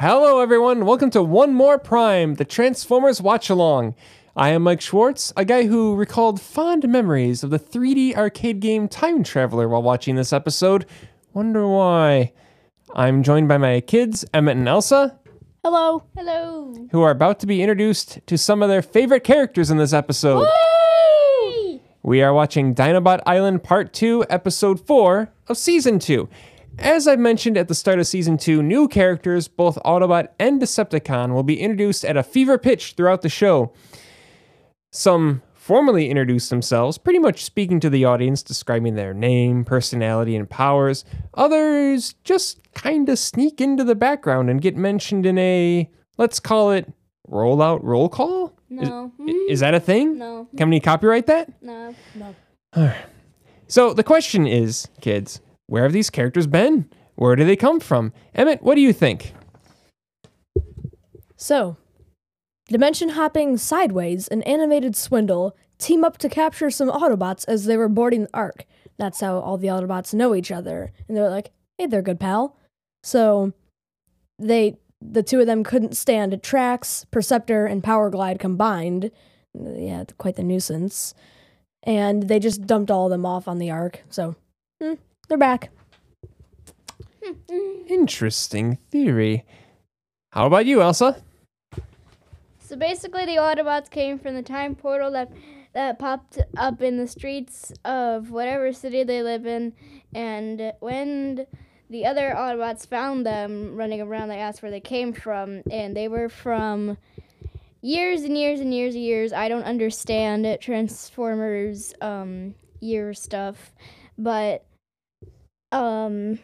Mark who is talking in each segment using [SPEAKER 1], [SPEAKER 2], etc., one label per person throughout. [SPEAKER 1] Hello, everyone. Welcome to One More Prime, the Transformers Watch Along. I am Mike Schwartz, a guy who recalled fond memories of the 3D arcade game Time Traveler while watching this episode. Wonder why. I'm joined by my kids, Emmett and Elsa,
[SPEAKER 2] Hello.
[SPEAKER 3] Hello.
[SPEAKER 1] who are about to be introduced to some of their favorite characters in this episode. We are watching Dinobot Island Part 2, Episode 4 of Season 2. As I mentioned at the start of Season 2, new characters, both Autobot and Decepticon, will be introduced at a fever pitch throughout the show. Some formally introduce themselves, pretty much speaking to the audience, describing their name, personality, and powers. Others just kind of sneak into the background and get mentioned in a, let's call it, rollout roll call? Is-
[SPEAKER 3] No.
[SPEAKER 1] Is that a thing?
[SPEAKER 3] No.
[SPEAKER 1] Can we copyright that?
[SPEAKER 3] No.
[SPEAKER 1] So the question is, kids, where have these characters been? Where do they come from? Emmett, what do you think?
[SPEAKER 2] So, dimension hopping sideways, an animated swindle, team up to capture some Autobots as they were boarding the Ark. That's how all the Autobots know each other, and they're like, "Hey, there, good pal." So, they, the two of them, couldn't stand Trax, Perceptor, and Power Glide combined. Yeah, quite the nuisance. And they just dumped all of them off on the Ark. So, hmm, they're back.
[SPEAKER 1] Interesting theory. How about you, Elsa?
[SPEAKER 3] So basically, the Autobots came from the time portal that that popped up in the streets of whatever city they live in, and when the other Autobots found them running around, they asked where they came from, and they were from years and years and years and years. I don't understand it, Transformers um, year stuff, but um,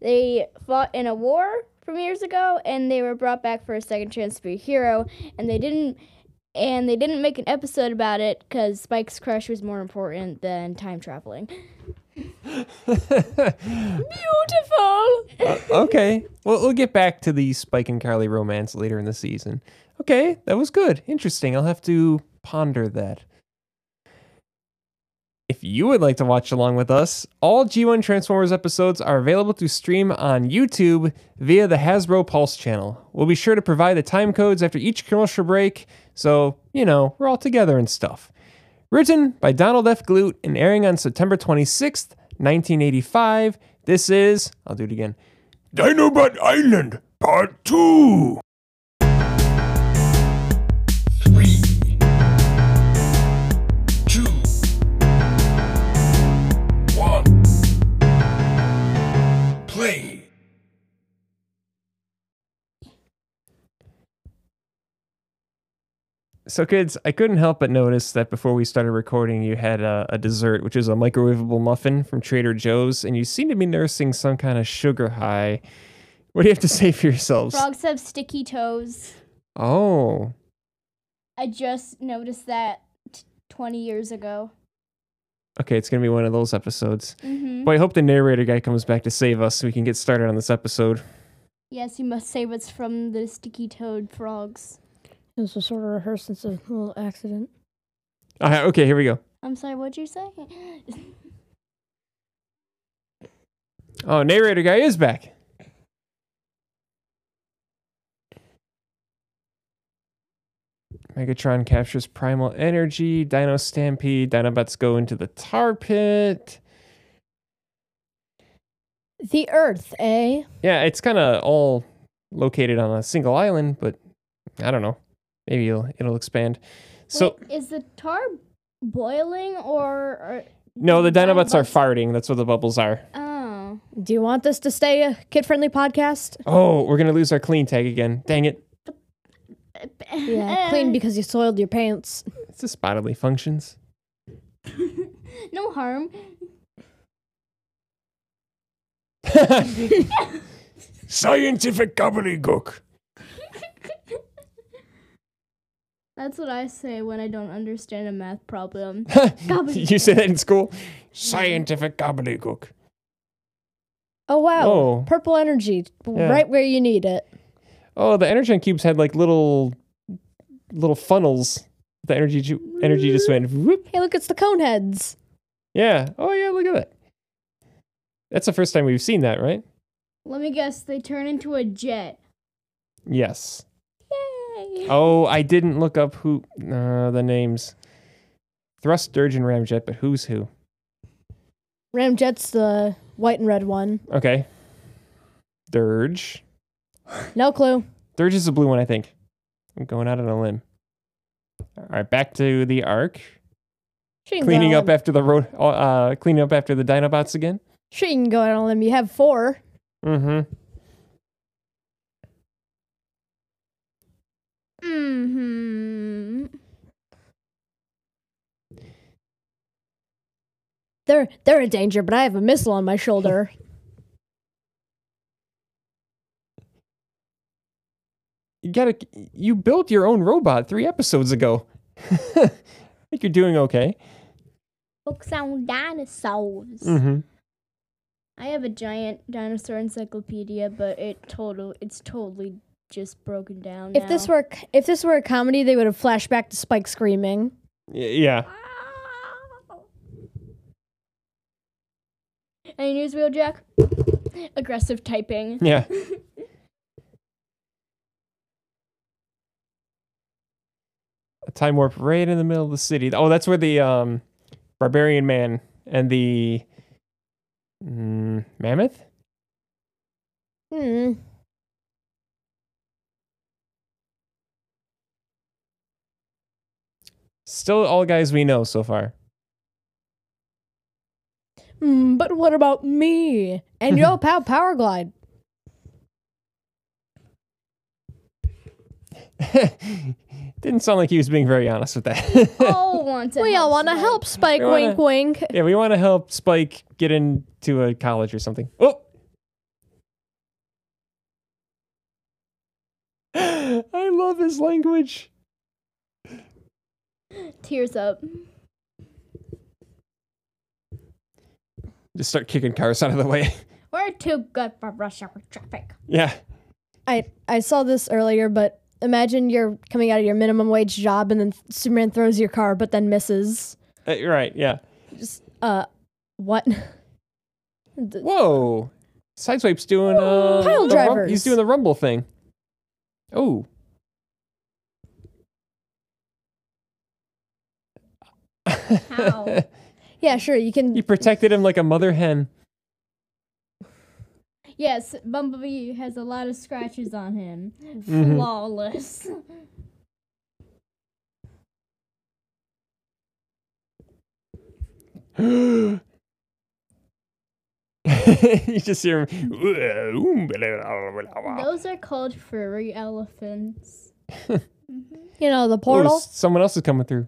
[SPEAKER 3] they fought in a war from years ago and they were brought back for a second chance to be a hero and they didn't and they didn't make an episode about it because spike's crush was more important than time traveling beautiful
[SPEAKER 1] Uh, okay. Well, we'll get back to the Spike and Carly romance later in the season. Okay, that was good. Interesting. I'll have to ponder that. If you would like to watch along with us, all G1 Transformers episodes are available to stream on YouTube via the Hasbro Pulse channel. We'll be sure to provide the time codes after each commercial break, so, you know, we're all together and stuff. Written by Donald F. Glute and airing on September 26th, 1985, this is, I'll do it again, Dinobot Island Part 2.
[SPEAKER 4] Three, two, one, play.
[SPEAKER 1] So, kids, I couldn't help but notice that before we started recording, you had a, a dessert, which is a microwavable muffin from Trader Joe's, and you seem to be nursing some kind of sugar high. What do you have to say for yourselves?
[SPEAKER 3] frogs have sticky toes
[SPEAKER 1] Oh,
[SPEAKER 3] i just noticed that t- 20 years ago
[SPEAKER 1] okay, it's going to be one of those episodes.
[SPEAKER 3] mm-hmm.
[SPEAKER 1] Boy, I hope the narrator guy comes back to save us so we can get started on this episode.
[SPEAKER 3] yes you must say what's from the sticky toed frogs
[SPEAKER 2] It was a sort of rehearsed since a little accident.
[SPEAKER 1] Uh, okay, here we go.
[SPEAKER 3] i'm sorry what'd you say
[SPEAKER 1] Oh, narrator guy is back. Megatron captures primal energy. Dino Stampede. Dinobots go into the tar pit.
[SPEAKER 2] The Earth, eh?
[SPEAKER 1] Yeah, it's kind of all located on a single island, but I don't know. Maybe it'll, it'll expand. So,
[SPEAKER 3] Wait, is the tar boiling or, or
[SPEAKER 1] no, the Dinobots are
[SPEAKER 3] Dinobots-
[SPEAKER 1] farting. That's what the bubbles are.
[SPEAKER 3] oh
[SPEAKER 2] Do you want this to stay a kid friendly podcast?
[SPEAKER 1] Oh, we're going to lose our clean tag again. Dang it.
[SPEAKER 2] Yeah, clean because you soiled your pants.
[SPEAKER 1] It's just bodily functions.
[SPEAKER 3] no harm.
[SPEAKER 1] Scientific gobbledygook.
[SPEAKER 3] That's what I say when I don't understand a math problem.
[SPEAKER 1] you say that in school? Scientific gobbledygook.
[SPEAKER 2] Oh, wow.
[SPEAKER 1] Oh.
[SPEAKER 2] Purple energy,
[SPEAKER 1] Yeah.
[SPEAKER 2] right where you need it.
[SPEAKER 1] Oh, the energon cubes had like little, little funnels. The energy ju- energy just went whoop.
[SPEAKER 2] Hey, look, it's the Coneheads.
[SPEAKER 1] Yeah. Oh yeah. Look at that. That's the first time we've seen that, right?
[SPEAKER 3] Let me guess, they turn into a jet.
[SPEAKER 1] Yes.
[SPEAKER 3] Yay!
[SPEAKER 1] Oh, I didn't look up who uh, the names. Thrust, Sturgeon, Ramjet, but who's who?
[SPEAKER 2] Ramjet's the white and red one.
[SPEAKER 1] Okay. Dirge.
[SPEAKER 2] No clue.
[SPEAKER 1] Dirge is the blue one, I think. I'm going out on a limb. All right, back to the arc.
[SPEAKER 2] She can go
[SPEAKER 1] Cleaning
[SPEAKER 2] out
[SPEAKER 1] up
[SPEAKER 2] on-
[SPEAKER 1] after the road. Uh, cleaning up after the Dinobots again.
[SPEAKER 2] She can go out on them. You have four.
[SPEAKER 1] Mm-hmm.
[SPEAKER 3] hmm
[SPEAKER 2] They're they're a danger, but I have a missile on my shoulder.
[SPEAKER 1] You gotta. You built your own robot three episodes ago. I think you're doing okay.
[SPEAKER 3] Books on dinosaurs.
[SPEAKER 1] Mm-hmm.
[SPEAKER 3] I have a giant dinosaur encyclopedia, but it total it's totally just broken down.
[SPEAKER 2] If this were if this were a comedy, they would have flashed back to Spike screaming.
[SPEAKER 1] yeah.
[SPEAKER 3] any news wheel Jack, aggressive typing.
[SPEAKER 1] Yeah. A time warp right in the middle of the city. Oh, that's where the um, barbarian man and the mm, mammoth.
[SPEAKER 2] Hmm.
[SPEAKER 1] Still all guys we know so far.
[SPEAKER 2] Hmm, but what about me and your pal Powerglide?
[SPEAKER 1] Didn't sound like he was being very honest with that.
[SPEAKER 2] Oh.
[SPEAKER 3] all want to.
[SPEAKER 2] We all want to
[SPEAKER 3] Spike.
[SPEAKER 2] help Spike.
[SPEAKER 1] We wanna-
[SPEAKER 2] Wink, wink.
[SPEAKER 1] yeah, we want to help Spike get into a college or something. Oh! I love his language.
[SPEAKER 3] Tears up.
[SPEAKER 1] Just start kicking cars out of the way.
[SPEAKER 3] We're too good for rush hour traffic.
[SPEAKER 1] yeah.
[SPEAKER 2] I I saw this earlier, but imagine you're coming out of your minimum wage job, and then Superman throws your car, but then misses.
[SPEAKER 1] Uh, you're right. Yeah.
[SPEAKER 2] Just uh, what? The-
[SPEAKER 1] Whoa. Sideswipe's doing uh
[SPEAKER 2] Pile
[SPEAKER 1] the rum-
[SPEAKER 2] drivers.
[SPEAKER 1] he's doing the rumble thing. Oh.
[SPEAKER 3] How?
[SPEAKER 2] yeah, sure. You can.
[SPEAKER 1] you protected him like a mother hen.
[SPEAKER 3] yes, Bumblebee has a lot of scratches on him.
[SPEAKER 1] Mhm.
[SPEAKER 3] Flawless.
[SPEAKER 1] you just hear him.
[SPEAKER 3] Those are called furry elephants.
[SPEAKER 2] You know the
[SPEAKER 1] Oh,
[SPEAKER 2] portal.
[SPEAKER 1] s- someone else is coming through.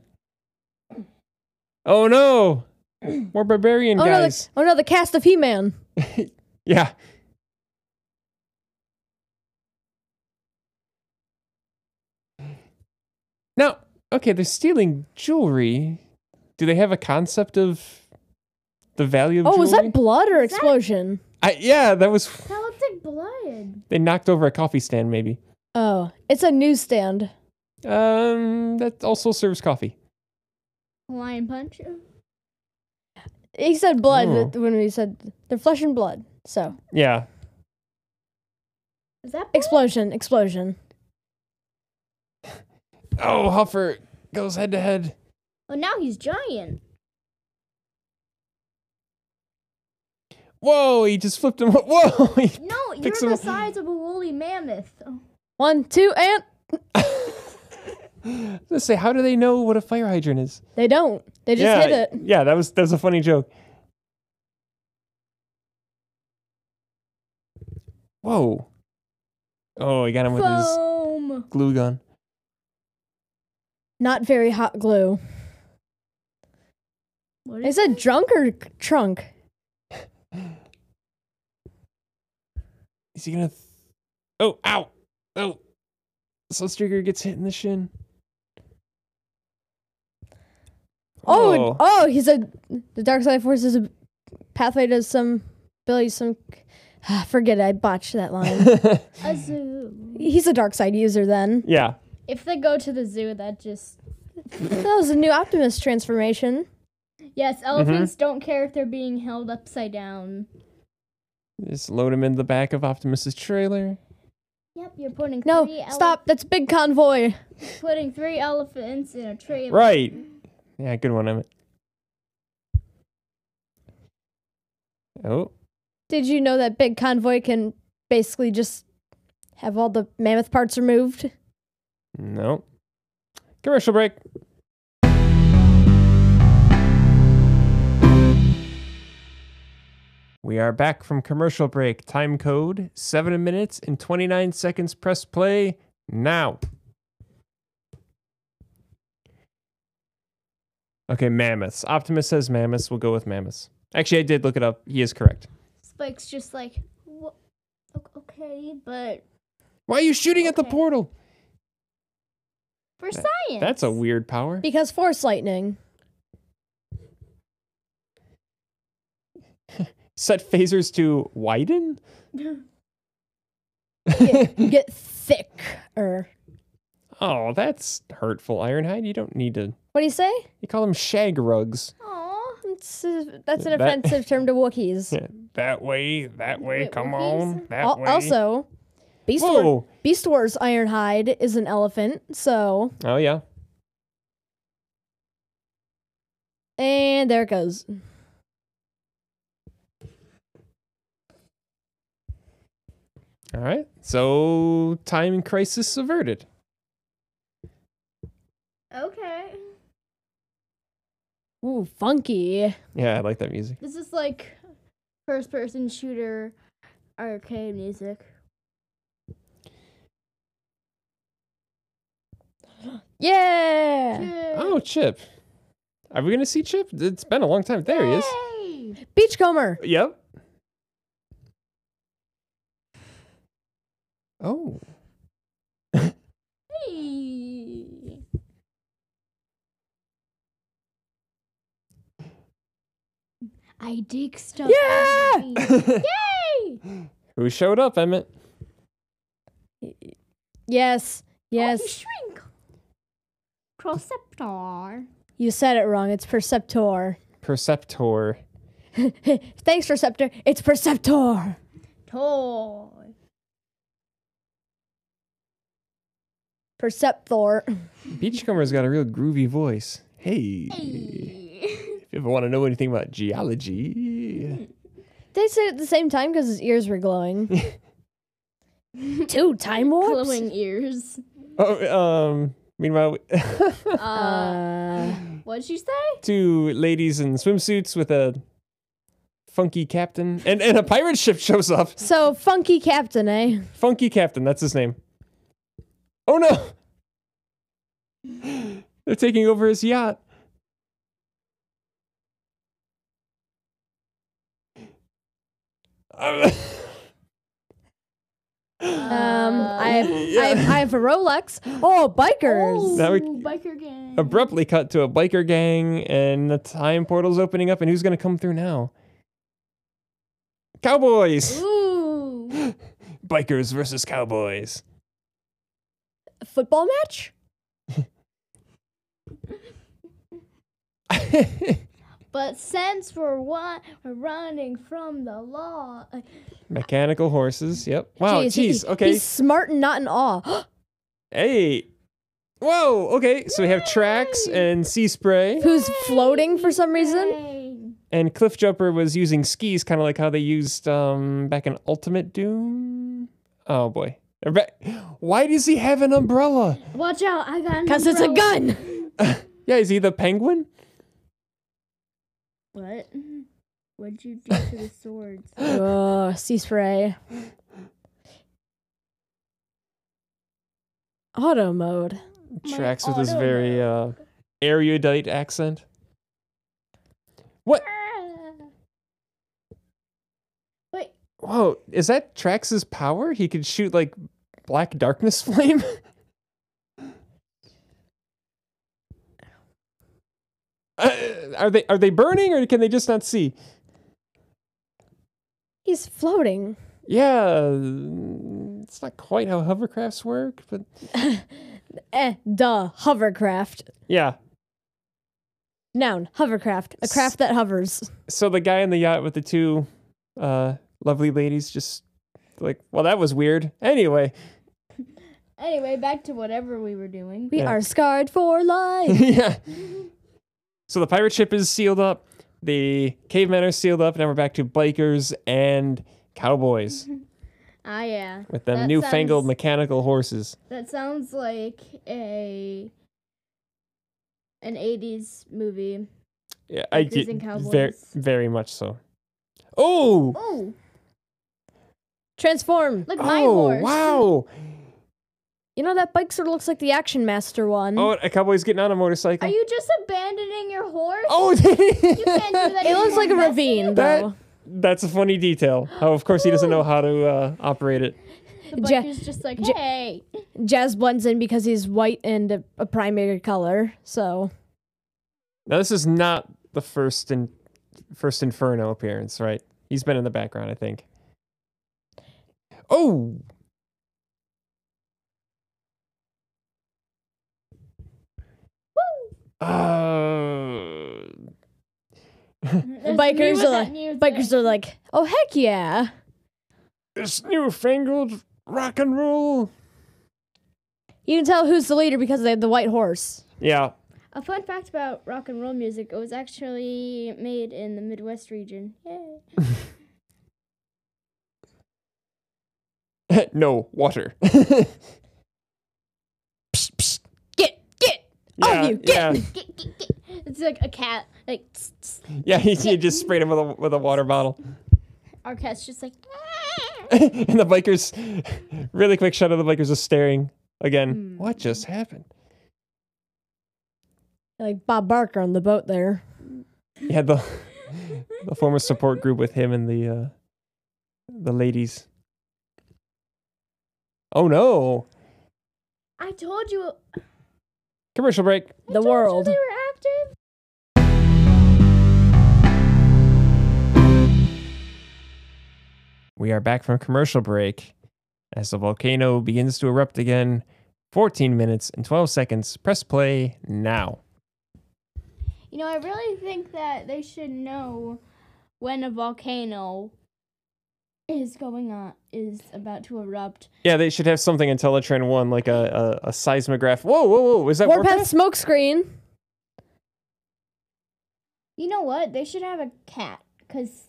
[SPEAKER 1] Oh no! More barbarian
[SPEAKER 2] Oh no, the,
[SPEAKER 1] guys.
[SPEAKER 2] oh no, the cast of He-Man.
[SPEAKER 1] Yeah. Now, okay, they're stealing jewelry. Do they have a concept of the value of
[SPEAKER 2] Oh,
[SPEAKER 1] jewelry?
[SPEAKER 2] was that blood or explosion?
[SPEAKER 1] I, yeah, that was.
[SPEAKER 3] That looks like blood.
[SPEAKER 1] They knocked over a coffee stand, maybe.
[SPEAKER 2] Oh, it's a newsstand.
[SPEAKER 1] Um, that also serves coffee.
[SPEAKER 3] Lion punch.
[SPEAKER 2] He said blood
[SPEAKER 1] Oh.
[SPEAKER 2] but when we said they're flesh and blood. So
[SPEAKER 1] Yeah.
[SPEAKER 3] Is that blood?
[SPEAKER 2] explosion, explosion.
[SPEAKER 1] Oh, Huffer goes head to head.
[SPEAKER 3] oh, now he's giant.
[SPEAKER 1] Whoa, he just flipped him. Whoa. he-
[SPEAKER 3] No, you're
[SPEAKER 1] Fix him
[SPEAKER 3] the
[SPEAKER 1] up.
[SPEAKER 3] size of a woolly mammoth. Oh,
[SPEAKER 2] One, two, and
[SPEAKER 1] Let's say, how do they know what a fire hydrant is?
[SPEAKER 2] they don't. They just
[SPEAKER 1] yeah,
[SPEAKER 2] hit it.
[SPEAKER 1] Yeah, that was that was a funny joke. Whoa. Oh, he got him with his
[SPEAKER 3] Foam.
[SPEAKER 1] glue gun.
[SPEAKER 2] Not very hot glue.
[SPEAKER 3] What
[SPEAKER 2] Is
[SPEAKER 3] is
[SPEAKER 2] it drunk or c- trunk?
[SPEAKER 1] Is he gonna? Th- oh, ow! Oh, Sunstreaker gets hit in the shin.
[SPEAKER 2] Oh, and- oh, he's a the dark side force is a pathway to some Billy some. Ah, forget it, I botched that line.
[SPEAKER 3] a zoo?
[SPEAKER 2] he's a dark side user then.
[SPEAKER 1] yeah.
[SPEAKER 3] If they go to the zoo, that just
[SPEAKER 2] that was a new Optimus transformation.
[SPEAKER 3] yes, elephants don't care if they're being held upside down.
[SPEAKER 1] Just load him in the back of Optimus's trailer.
[SPEAKER 3] Yep, you're putting
[SPEAKER 2] No,
[SPEAKER 3] three ele-
[SPEAKER 2] stop. That's big convoy.
[SPEAKER 3] putting three elephants in a trailer.
[SPEAKER 1] Right. Yeah, good one, Emmett. Oh,
[SPEAKER 2] Did you know that big convoy can basically just have all the mammoth parts removed?
[SPEAKER 1] no. Commercial break. We are back from commercial break. Time code 7 minutes and 29 seconds. Press play now. Okay, mammoths. Optimus says mammoths. We'll go with mammoths. Actually, I did look it up. He is correct.
[SPEAKER 3] Spike's just like, "Wha- o- okay, but
[SPEAKER 1] Why are you shooting at the
[SPEAKER 3] Okay.
[SPEAKER 1] portal?
[SPEAKER 3] for science.
[SPEAKER 1] That's a weird power.
[SPEAKER 2] Because force lightning.
[SPEAKER 1] Set phasers to widen?
[SPEAKER 2] You get thick. Or
[SPEAKER 1] oh, that's hurtful, Ironhide. You don't need to.
[SPEAKER 2] what do you say?
[SPEAKER 1] You call them shag rugs.
[SPEAKER 3] Aw.
[SPEAKER 2] It's, uh, that's an
[SPEAKER 1] That-
[SPEAKER 2] offensive term to Wookiees.
[SPEAKER 1] Yeah. That way, that way,
[SPEAKER 3] Wait,
[SPEAKER 1] come
[SPEAKER 3] what
[SPEAKER 1] on.
[SPEAKER 3] is-
[SPEAKER 1] That
[SPEAKER 2] Al-
[SPEAKER 1] way.
[SPEAKER 2] also, Beast, War-
[SPEAKER 1] Whoa.
[SPEAKER 2] Beast Wars Ironhide is an elephant, so.
[SPEAKER 1] Oh, yeah.
[SPEAKER 2] And there it goes.
[SPEAKER 1] All right. So, time crisis averted.
[SPEAKER 3] Okay.
[SPEAKER 2] Ooh, funky.
[SPEAKER 1] Yeah, I like that music.
[SPEAKER 3] This is like first person shooter arcade music.
[SPEAKER 2] Yeah.
[SPEAKER 1] Oh, Chip. Are we going to see Chip? It's been a long time. There he is.
[SPEAKER 3] he is.
[SPEAKER 2] Beachcomber.
[SPEAKER 1] Yep. Oh.
[SPEAKER 3] Hey. I dig stuff.
[SPEAKER 2] Yeah!
[SPEAKER 3] Yay!
[SPEAKER 1] Who showed up, Emmett?
[SPEAKER 2] Yes. Yes.
[SPEAKER 3] shrink. Crossceptor.
[SPEAKER 2] You said it wrong. It's Perceptor.
[SPEAKER 1] Perceptor.
[SPEAKER 2] Thanks, Receptor. It's Perceptor.
[SPEAKER 3] Toy.
[SPEAKER 2] Perceptor.
[SPEAKER 1] Beachcomber's got a real groovy voice. Hey,
[SPEAKER 3] Hey.
[SPEAKER 1] if you ever want to know anything about geology,
[SPEAKER 2] They said it at the same time because his ears were glowing. Two time warps.
[SPEAKER 3] Glowing ears.
[SPEAKER 1] oh, um, meanwhile,
[SPEAKER 3] Uh,
[SPEAKER 2] Uh,
[SPEAKER 3] what'd you say?
[SPEAKER 1] two ladies in swimsuits with a funky captain and and a pirate ship shows up.
[SPEAKER 2] so funky captain, eh?
[SPEAKER 1] Funky captain, that's his name. Oh no, they're taking over his yacht.
[SPEAKER 2] Um,
[SPEAKER 3] Uh,
[SPEAKER 2] I have,
[SPEAKER 1] Yeah.
[SPEAKER 2] I, have, I have a Rolex. Oh, bikers.
[SPEAKER 1] That would-
[SPEAKER 3] Ooh, biker gang.
[SPEAKER 1] abruptly cut to a biker gang and the time portal's opening up and who's gonna come through now cowboys
[SPEAKER 3] Ooh.
[SPEAKER 1] bikers versus cowboys
[SPEAKER 2] Football match.
[SPEAKER 3] But since we're, wa- we're running from the law, uh,
[SPEAKER 1] mechanical horses yep wow
[SPEAKER 2] Jeez, he-
[SPEAKER 1] jeez Oh, okay
[SPEAKER 2] He's smart and not in awe.
[SPEAKER 1] hey whoa okay so we have tracks and sea spray
[SPEAKER 2] Who's floating for some reason?
[SPEAKER 3] hey.
[SPEAKER 1] and cliff jumper was using skis kind of like how they used um back in ultimate doom oh boy Or ba- why does he have an umbrella
[SPEAKER 3] watch out! I got an
[SPEAKER 2] Because it's a
[SPEAKER 3] umbrella.
[SPEAKER 2] gun.
[SPEAKER 1] yeah is he the penguin
[SPEAKER 3] What? What'd you do to the swords?
[SPEAKER 2] oh, sea spray. Auto mode.
[SPEAKER 3] My
[SPEAKER 1] tracks with his
[SPEAKER 3] auto
[SPEAKER 1] very uh, erudite accent. What?
[SPEAKER 3] Wait,
[SPEAKER 1] Whoa! Is that Trax's power? He could shoot like black darkness flame. Uh, are they are they burning or can they just not see?
[SPEAKER 2] He's floating.
[SPEAKER 1] Yeah, mm, it's not quite how hovercrafts work, but
[SPEAKER 2] Eh, duh. Hovercraft.
[SPEAKER 1] yeah.
[SPEAKER 2] Noun, hovercraft. A craft that hovers.
[SPEAKER 1] So the guy in the yacht with the two uh, lovely ladies just like, well, that was weird. Anyway,
[SPEAKER 3] Anyway, back to whatever we were doing.
[SPEAKER 2] We
[SPEAKER 1] Yeah.
[SPEAKER 2] are scarred for life.
[SPEAKER 1] yeah. So the pirate ship is sealed up. The cavemen are sealed up. Now we're back to bikers and cowboys
[SPEAKER 3] Ah, yeah.
[SPEAKER 1] with them
[SPEAKER 3] That
[SPEAKER 1] newfangled
[SPEAKER 3] sounds-
[SPEAKER 1] mechanical horses.
[SPEAKER 3] That sounds like a an 80s movie.
[SPEAKER 1] Yeah, I
[SPEAKER 3] Bikers
[SPEAKER 1] get
[SPEAKER 3] and cowboys.
[SPEAKER 1] very, very much so. Oh,
[SPEAKER 3] Oh,
[SPEAKER 2] Transform.
[SPEAKER 3] look, my
[SPEAKER 1] oh,
[SPEAKER 3] horse.
[SPEAKER 1] wow!
[SPEAKER 2] You know that bike sort of looks like the Action Master one.
[SPEAKER 1] Oh, a cowboy's getting on a motorcycle.
[SPEAKER 3] Are you just abandoning your horse?
[SPEAKER 1] oh,
[SPEAKER 3] You can't do that.
[SPEAKER 2] it
[SPEAKER 3] anymore.
[SPEAKER 2] looks like a
[SPEAKER 3] That's-
[SPEAKER 2] ravine
[SPEAKER 1] That-
[SPEAKER 2] though.
[SPEAKER 1] That's a funny detail. How, of course, he doesn't know how to uh, operate it.
[SPEAKER 3] The
[SPEAKER 2] Ja-
[SPEAKER 3] biker's just like,
[SPEAKER 2] Ja-
[SPEAKER 3] hey.
[SPEAKER 2] Jazz blends in because he's white and a, a primary color. So
[SPEAKER 1] Now, this is not the first in first Inferno appearance, right? He's been in the background, I think. Oh, uh,
[SPEAKER 2] the bikers are like, bikers are like, oh heck yeah!
[SPEAKER 1] this newfangled rock and roll.
[SPEAKER 2] You can tell who's the leader because they have the white horse.
[SPEAKER 1] Yeah,
[SPEAKER 3] A fun fact about rock and roll music: it was actually made in the Midwest region. Yay!
[SPEAKER 1] no water.
[SPEAKER 2] Oh, Psh, psh, get get All of
[SPEAKER 1] Yeah,
[SPEAKER 2] you, get-
[SPEAKER 1] yeah.
[SPEAKER 3] Get, get, get. It's like a cat. Like tss, tss.
[SPEAKER 1] Yeah, he, he just sprayed him with a with a water bottle.
[SPEAKER 3] our cat's just like. "Ah."
[SPEAKER 1] and the bikers really quick shot of the bikers just staring again.
[SPEAKER 2] Hmm.
[SPEAKER 1] What just happened?
[SPEAKER 2] like Bob Barker on the boat there.
[SPEAKER 1] He had the the former support group with him and the uh the ladies. Oh no.
[SPEAKER 3] I told you.
[SPEAKER 1] Commercial break.
[SPEAKER 3] I
[SPEAKER 2] The
[SPEAKER 3] told
[SPEAKER 2] world.
[SPEAKER 3] You they were active.
[SPEAKER 1] We are back from commercial break as the volcano begins to erupt again. 14 minutes and 12 seconds. Press play now.
[SPEAKER 3] You know, I really think that they should know when a volcano is going on is about to erupt.
[SPEAKER 1] Yeah, they should have something in Teletran 1 like a a, a seismograph. Whoa, whoa, whoa. Is that
[SPEAKER 2] Warpath
[SPEAKER 1] Warpath?
[SPEAKER 2] smoke screen.
[SPEAKER 3] You know what? They should have a cat because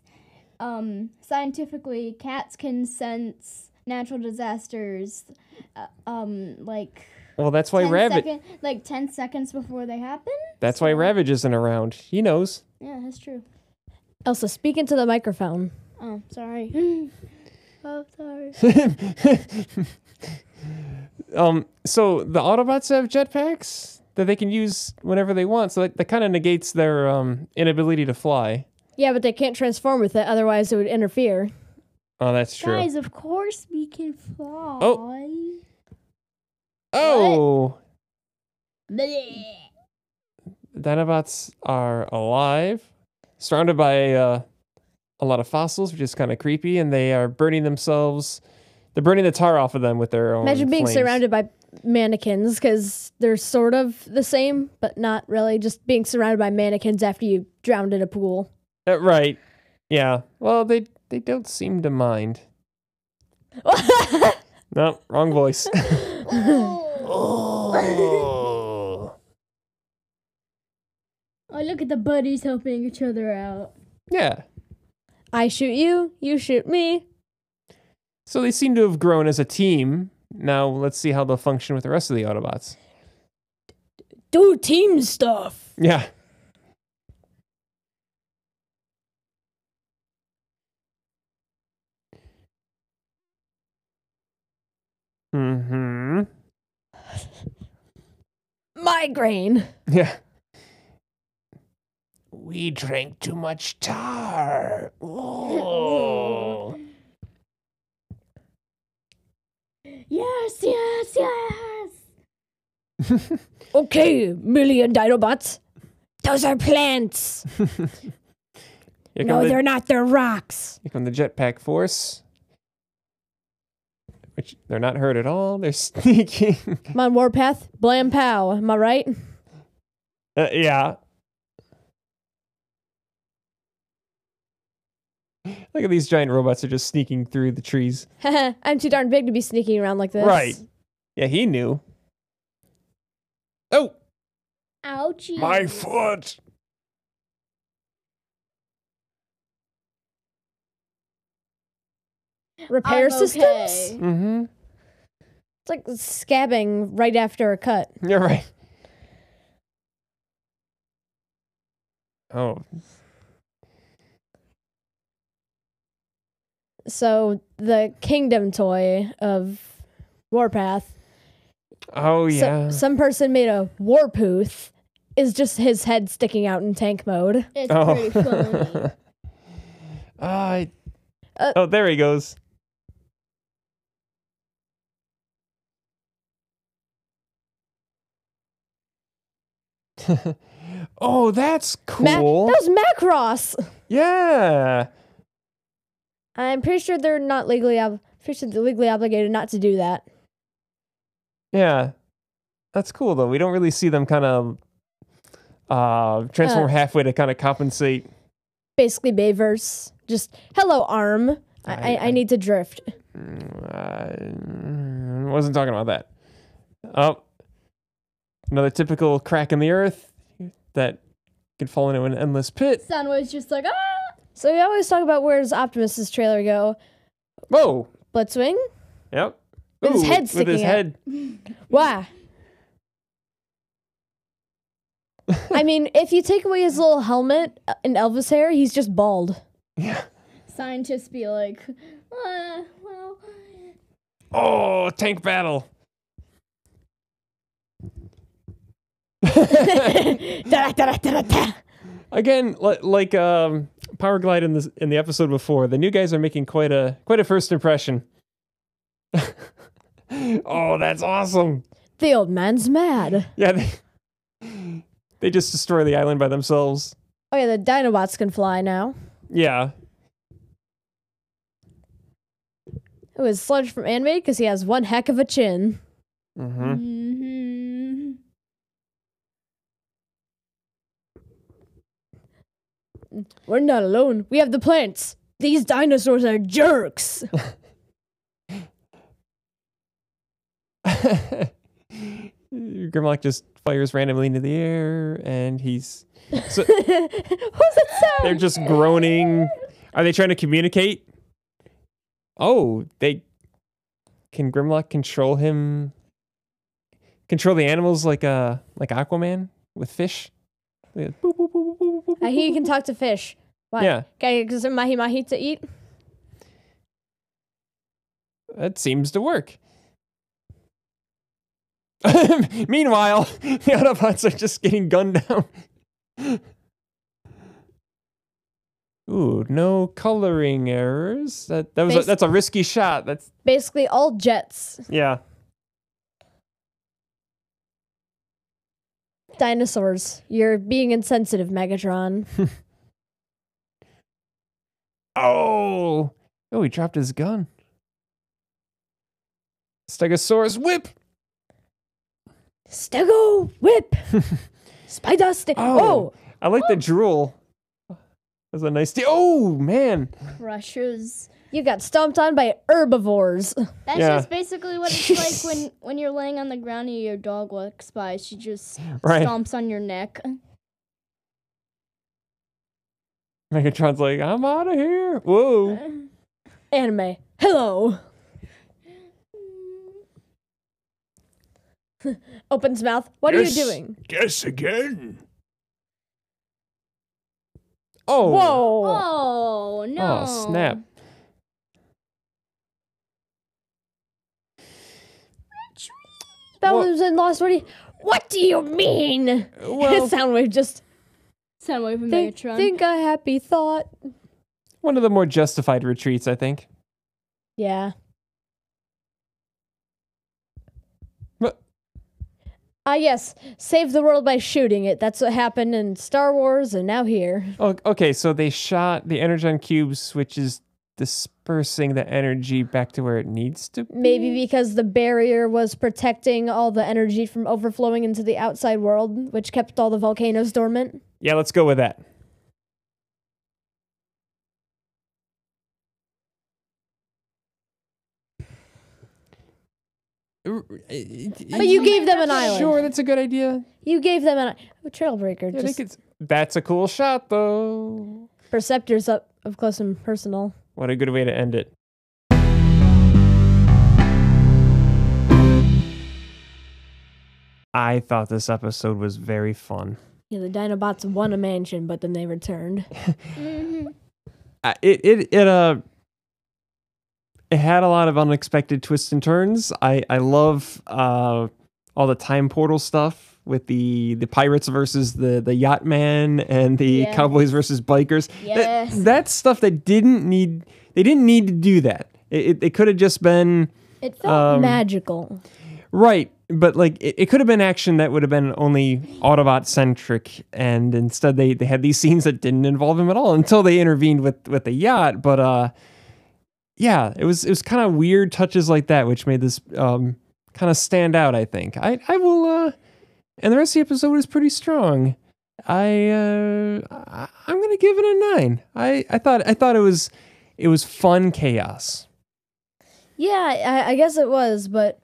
[SPEAKER 3] um, scientifically, cats can sense natural disasters uh, um, like
[SPEAKER 1] Well, that's why
[SPEAKER 3] 10
[SPEAKER 1] Rabbit
[SPEAKER 3] second- like 10 seconds before they happen.
[SPEAKER 1] That's why Ravage isn't around. He knows.
[SPEAKER 3] Yeah, that's true.
[SPEAKER 2] Elsa, speak into the microphone.
[SPEAKER 3] Oh, sorry. oh, sorry.
[SPEAKER 1] um, so the Autobots have jetpacks that they can use whenever they want. So that, that kind of negates their um, inability to fly.
[SPEAKER 2] Yeah, but they can't transform with it, otherwise it would interfere.
[SPEAKER 1] Oh, that's true.
[SPEAKER 3] Guys, of course we can fly.
[SPEAKER 1] oh,
[SPEAKER 3] Bleh.
[SPEAKER 1] Dinobots are alive, surrounded by uh, a lot of fossils, which is kind of creepy, and they are burning themselves. They're burning the tar off of them with their own.
[SPEAKER 2] Imagine being
[SPEAKER 1] flames.
[SPEAKER 2] surrounded by mannequins because they're sort of the same, but not really. Just being surrounded by mannequins after you drowned in a pool.
[SPEAKER 1] Uh, right. Yeah. Well, they they don't seem to mind. No, wrong voice. oh.
[SPEAKER 3] Oh, look at the buddies helping each other out.
[SPEAKER 1] Yeah.
[SPEAKER 2] I shoot you, you shoot me.
[SPEAKER 1] So they seem to have grown as a team. Now let's see how they'll function with the rest of the Autobots.
[SPEAKER 2] Do team stuff.
[SPEAKER 1] Yeah. Mm-hmm.
[SPEAKER 2] Migraine.
[SPEAKER 1] Yeah. We drank too much tar. Oh.
[SPEAKER 3] Yes, yes, yes.
[SPEAKER 2] Okay, million Dinobots. Those are plants.
[SPEAKER 1] Here
[SPEAKER 2] no,
[SPEAKER 1] come the-
[SPEAKER 2] they're not. They're rocks.
[SPEAKER 1] Here come the jetpack force. Which they're not hurt at all. They're sneaking.
[SPEAKER 2] Come on, Warpath. Blam pow. Am I right?
[SPEAKER 1] Uh, yeah. Look at these giant robots are just sneaking through the trees.
[SPEAKER 2] I'm too darn big to be sneaking around like this.
[SPEAKER 1] Right. Yeah, he knew. Oh,
[SPEAKER 3] Ouchie.
[SPEAKER 4] My foot!
[SPEAKER 2] Repair
[SPEAKER 3] I'm
[SPEAKER 2] systems.
[SPEAKER 3] okay.
[SPEAKER 1] mm-hmm.
[SPEAKER 2] It's like scabbing right after a cut.
[SPEAKER 1] You're right. Oh,
[SPEAKER 2] So the kingdom toy of Warpath.
[SPEAKER 1] oh
[SPEAKER 2] so-
[SPEAKER 1] yeah.
[SPEAKER 2] some person made a Warpooth. Is just his head sticking out in tank mode.
[SPEAKER 3] It's pretty funny.
[SPEAKER 1] oh. Ah, I-
[SPEAKER 2] Uh,
[SPEAKER 1] oh, there he goes. oh, that's
[SPEAKER 2] Ma-
[SPEAKER 1] cool.
[SPEAKER 2] that was Macross.
[SPEAKER 1] yeah.
[SPEAKER 2] I'm pretty sure they're not legally ob- pretty sure they're legally obligated not to do that.
[SPEAKER 1] Yeah. That's cool though. We don't really see them kind of uh transform
[SPEAKER 2] Uh,
[SPEAKER 1] halfway to kind of compensate.
[SPEAKER 2] Basically, Bayverse just hello arm. I,
[SPEAKER 1] I-
[SPEAKER 2] I, I need to drift.
[SPEAKER 1] Mm, I wasn't talking about that. Oh, another typical crack in the earth that could fall into an endless pit.
[SPEAKER 3] Son was just like, ah!
[SPEAKER 2] So we always talk about where does Optimus's trailer go?
[SPEAKER 1] Whoa.
[SPEAKER 2] Blitzwing?
[SPEAKER 1] Yep.
[SPEAKER 2] With his head
[SPEAKER 1] With his
[SPEAKER 2] sticking out.
[SPEAKER 1] head.
[SPEAKER 2] Why? I mean, if you take away his little helmet uh, and Elvis hair, he's just bald.
[SPEAKER 1] Yeah.
[SPEAKER 3] Scientists be like, ah, well,
[SPEAKER 1] Oh, tank battle.
[SPEAKER 2] Da-da-da-da-da-da.
[SPEAKER 1] Again, li- like um, Power Glide in the in the episode before, the new guys are making quite a quite a first impression. oh, that's awesome.
[SPEAKER 2] the old man's mad.
[SPEAKER 1] Yeah, they, they just destroy the island by themselves.
[SPEAKER 2] Oh yeah, the Dinobots can fly now.
[SPEAKER 1] Yeah.
[SPEAKER 2] It was Sludge from Animated because he has one heck of a chin.
[SPEAKER 1] Mm-hmm.
[SPEAKER 3] mm-hmm.
[SPEAKER 2] We're not alone. We have the plants. These dinosaurs are jerks.
[SPEAKER 1] Grimlock just fires randomly into the air, and he's
[SPEAKER 2] Who's that sound?
[SPEAKER 1] they're just groaning. Are they trying to communicate? Oh, they can Grimlock control him, control the animals like uh like Aquaman with fish. Yeah. Boop, boop, boop, boop, boop, boop,
[SPEAKER 2] I
[SPEAKER 1] boop.
[SPEAKER 2] hear you can talk to fish. Why?
[SPEAKER 1] Yeah.
[SPEAKER 2] Can I get some mahi mahi to eat?
[SPEAKER 1] That seems to work. Meanwhile, the Autobots are just getting gunned down. Ooh, no coloring errors. That that was a,
[SPEAKER 2] Basi-
[SPEAKER 1] that's a risky shot. That's
[SPEAKER 2] Basically, all jets,
[SPEAKER 1] yeah.
[SPEAKER 2] dinosaurs. You're being insensitive, Megatron.
[SPEAKER 1] Oh, oh, he dropped his gun. Stegosaurus whip.
[SPEAKER 2] Stego whip, spider stick.
[SPEAKER 1] Oh.
[SPEAKER 2] Oh.
[SPEAKER 1] I like the drool. That's a nice. T- oh man.
[SPEAKER 3] crushes.
[SPEAKER 2] you got stomped on by herbivores.
[SPEAKER 3] That's
[SPEAKER 1] Yeah.
[SPEAKER 3] just basically what it's like when, when you're laying on the ground and your dog walks by. She just
[SPEAKER 1] Right.
[SPEAKER 3] stomps on your neck.
[SPEAKER 1] Megatron's like, I'm out of here. Whoa.
[SPEAKER 2] Anime. Hello. Opens mouth. What
[SPEAKER 4] Yes.
[SPEAKER 2] are you doing?
[SPEAKER 4] Guess again.
[SPEAKER 1] Oh.
[SPEAKER 2] Whoa.
[SPEAKER 3] Oh, no.
[SPEAKER 1] Oh snap!
[SPEAKER 2] That
[SPEAKER 1] Wha-
[SPEAKER 2] was in Lost Wordy. What do you mean?
[SPEAKER 1] Uh, Well,
[SPEAKER 2] Soundwave just
[SPEAKER 3] Sound wave from
[SPEAKER 2] think,
[SPEAKER 3] Megatron.
[SPEAKER 2] think a happy thought.
[SPEAKER 1] one of the more justified retreats, I think.
[SPEAKER 2] Yeah.
[SPEAKER 1] But-
[SPEAKER 2] Ah, yes. Save the world by shooting it. That's what happened in Star Wars and now here.
[SPEAKER 1] Oh, okay, so they shot the energon cubes, which is dispersing the energy back to where it needs to.
[SPEAKER 2] Maybe because the barrier was protecting all the energy from overflowing into the outside world, which kept all the volcanoes dormant.
[SPEAKER 1] Yeah, let's go with that. you.
[SPEAKER 2] But you gave them an island.
[SPEAKER 1] uh, Sure, that's a good idea.
[SPEAKER 2] You gave them an a trailbreaker.
[SPEAKER 1] I
[SPEAKER 2] just
[SPEAKER 1] think it's that's a cool shot though.
[SPEAKER 2] perceptors up up close and personal.
[SPEAKER 1] What a good way to end it. I thought this episode was very fun.
[SPEAKER 2] Yeah, the Dinobots won a mansion, but then they returned.
[SPEAKER 3] Mhm.
[SPEAKER 1] Uh, it it it uh it had a lot of unexpected twists and turns. I I love uh all the time portal stuff with the the pirates versus the the yachtman and the
[SPEAKER 3] Yes.
[SPEAKER 1] cowboys versus bikers. That-
[SPEAKER 3] Yes.
[SPEAKER 1] that's stuff that didn't need they didn't need to do that. It it, it could have just been
[SPEAKER 2] It felt
[SPEAKER 1] Um,
[SPEAKER 2] magical.
[SPEAKER 1] Right, but like it, it could have been action that would have been only Autobot centric, and instead they, they had these scenes that didn't involve him at all until they intervened with with the yacht. But uh, yeah, it was it was kind of weird touches like that which made this um kind of stand out. I think I I will uh, and the rest of the episode is pretty strong. I uh, I- I'm gonna give it a nine. I I thought I thought it was it was fun chaos.
[SPEAKER 2] Yeah, I, I guess it was, but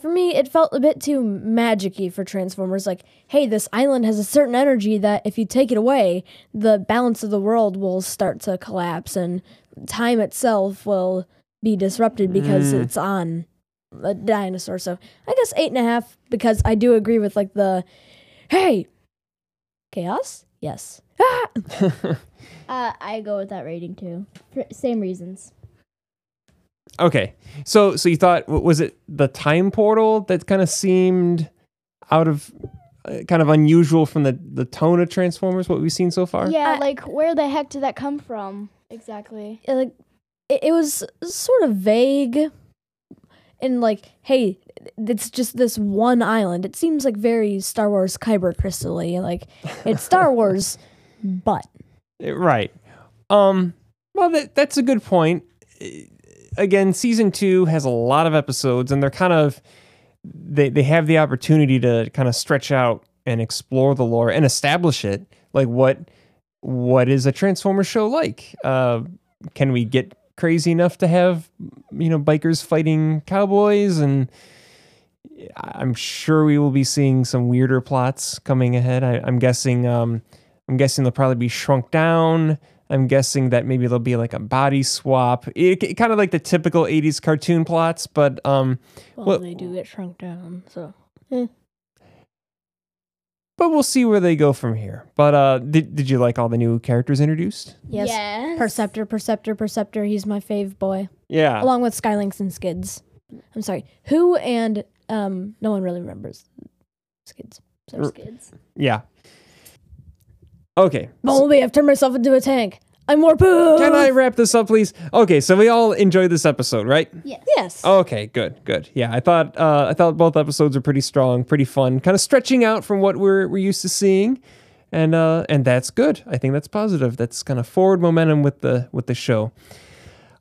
[SPEAKER 2] for me, it felt a bit too magicy for Transformers. Like, hey, this island has a certain energy that if you take it away, the balance of the world will start to collapse, and time itself will be disrupted because
[SPEAKER 1] Mm.
[SPEAKER 2] it's on a dinosaur. So I guess eight and a half because I do agree with like the hey chaos. Yes. Ah!
[SPEAKER 3] Uh, I go with that rating too. For same reasons.
[SPEAKER 1] Okay. So so you thought w- was it the time portal that kind of seemed out of uh, kind of unusual from the the tone of Transformers what we've seen so far?
[SPEAKER 3] Yeah,
[SPEAKER 2] I-
[SPEAKER 3] like where the heck did that come from? Exactly.
[SPEAKER 2] it, like it, it was sort of vague and like hey it's just this one island it seems like very star wars kyber crystally like it's star wars but
[SPEAKER 1] Eh, Right. Um well that that's a good point. Eh, Again, season 2 has a lot of episodes and they're kind of they they have the opportunity to kind of stretch out and explore the lore and establish it like what what is a Transformers show like? Uh, can we get crazy enough to have you know bikers fighting cowboys? And eh, I- I'm sure we will be seeing some weirder plots coming ahead. I, I'm guessing. Um, I'm guessing they'll probably be shrunk down. I'm guessing that maybe there'll be like a body swap, it, kind of like the typical '80s cartoon plots. But um,
[SPEAKER 2] well,
[SPEAKER 1] Well-
[SPEAKER 2] they do get shrunk down so
[SPEAKER 1] but we'll see where they go from here. But uh, did did you like all the new characters introduced?
[SPEAKER 2] yes,
[SPEAKER 3] Yes.
[SPEAKER 2] perceptor perceptor perceptor he's my fave boy
[SPEAKER 1] Yeah.
[SPEAKER 2] along with skylinks and skids i'm sorry who and um no one really remembers skids
[SPEAKER 1] R-
[SPEAKER 3] Kids.
[SPEAKER 1] Yeah. Okay.
[SPEAKER 2] Bumblebee, I've turned myself into a tank. I'm more poo.
[SPEAKER 1] Can I wrap this up, please? Okay, so we all enjoyed this episode, right?
[SPEAKER 3] Yes.
[SPEAKER 2] Yes.
[SPEAKER 1] Oh, Okay, good, good. Yeah, I thought uh, I thought both episodes were pretty strong, pretty fun, kind of stretching out from what we're we're used to seeing, and uh, and that's good. I think that's positive. That's kind of forward momentum with the with the show.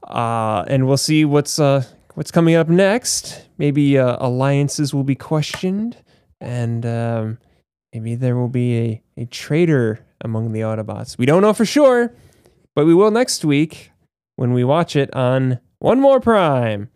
[SPEAKER 1] Uh, and we'll see what's uh, what's coming up next. Maybe uh, alliances will be questioned, and um, maybe there will be a, a traitor among the Autobots. We don't know for sure, but we will next week when we watch it on One More Prime.